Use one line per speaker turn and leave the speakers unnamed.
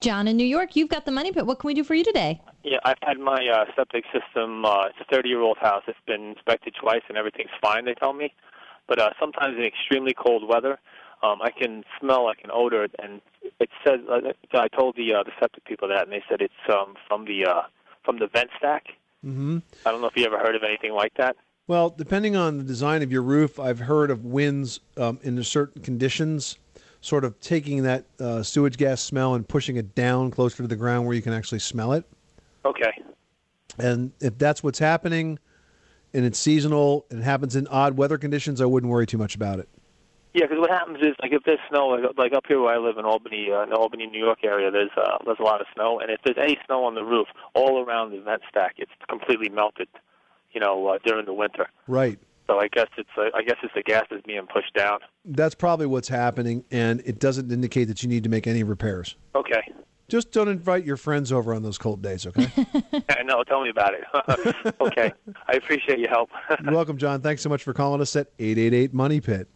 John in New York, you've got the money pit. What can we do for you today?
Yeah, I've had my uh, septic system. Uh, it's a 30 year old house. It's been inspected twice and everything's fine, they tell me. But uh, sometimes in extremely cold weather, um, I can smell like an odor. And it says, uh, I told the, uh, the septic people that, and they said it's um, from, the, uh, from the vent stack.
hmm
I don't know if you ever heard of anything like that.
Well, depending on the design of your roof, I've heard of winds um, in certain conditions sort of taking that uh, sewage gas smell and pushing it down closer to the ground where you can actually smell it.
Okay.
And if that's what's happening and it's seasonal and it happens in odd weather conditions, I wouldn't worry too much about it.
Yeah, because what happens is, like, if there's snow, like, like up here where I live in Albany, uh, in the Albany, New York area, there's uh, there's a lot of snow, and if there's any snow on the roof, all around the vent stack, it's completely melted, you know, uh, during the winter.
Right.
So I guess it's uh, I guess it's the gas is being pushed down.
That's probably what's happening, and it doesn't indicate that you need to make any repairs.
Okay,
Just don't invite your friends over on those cold days, okay?
I know. Tell me about it. okay, I appreciate your help.
You're welcome, John. Thanks so much for calling us at 888 Money Pit.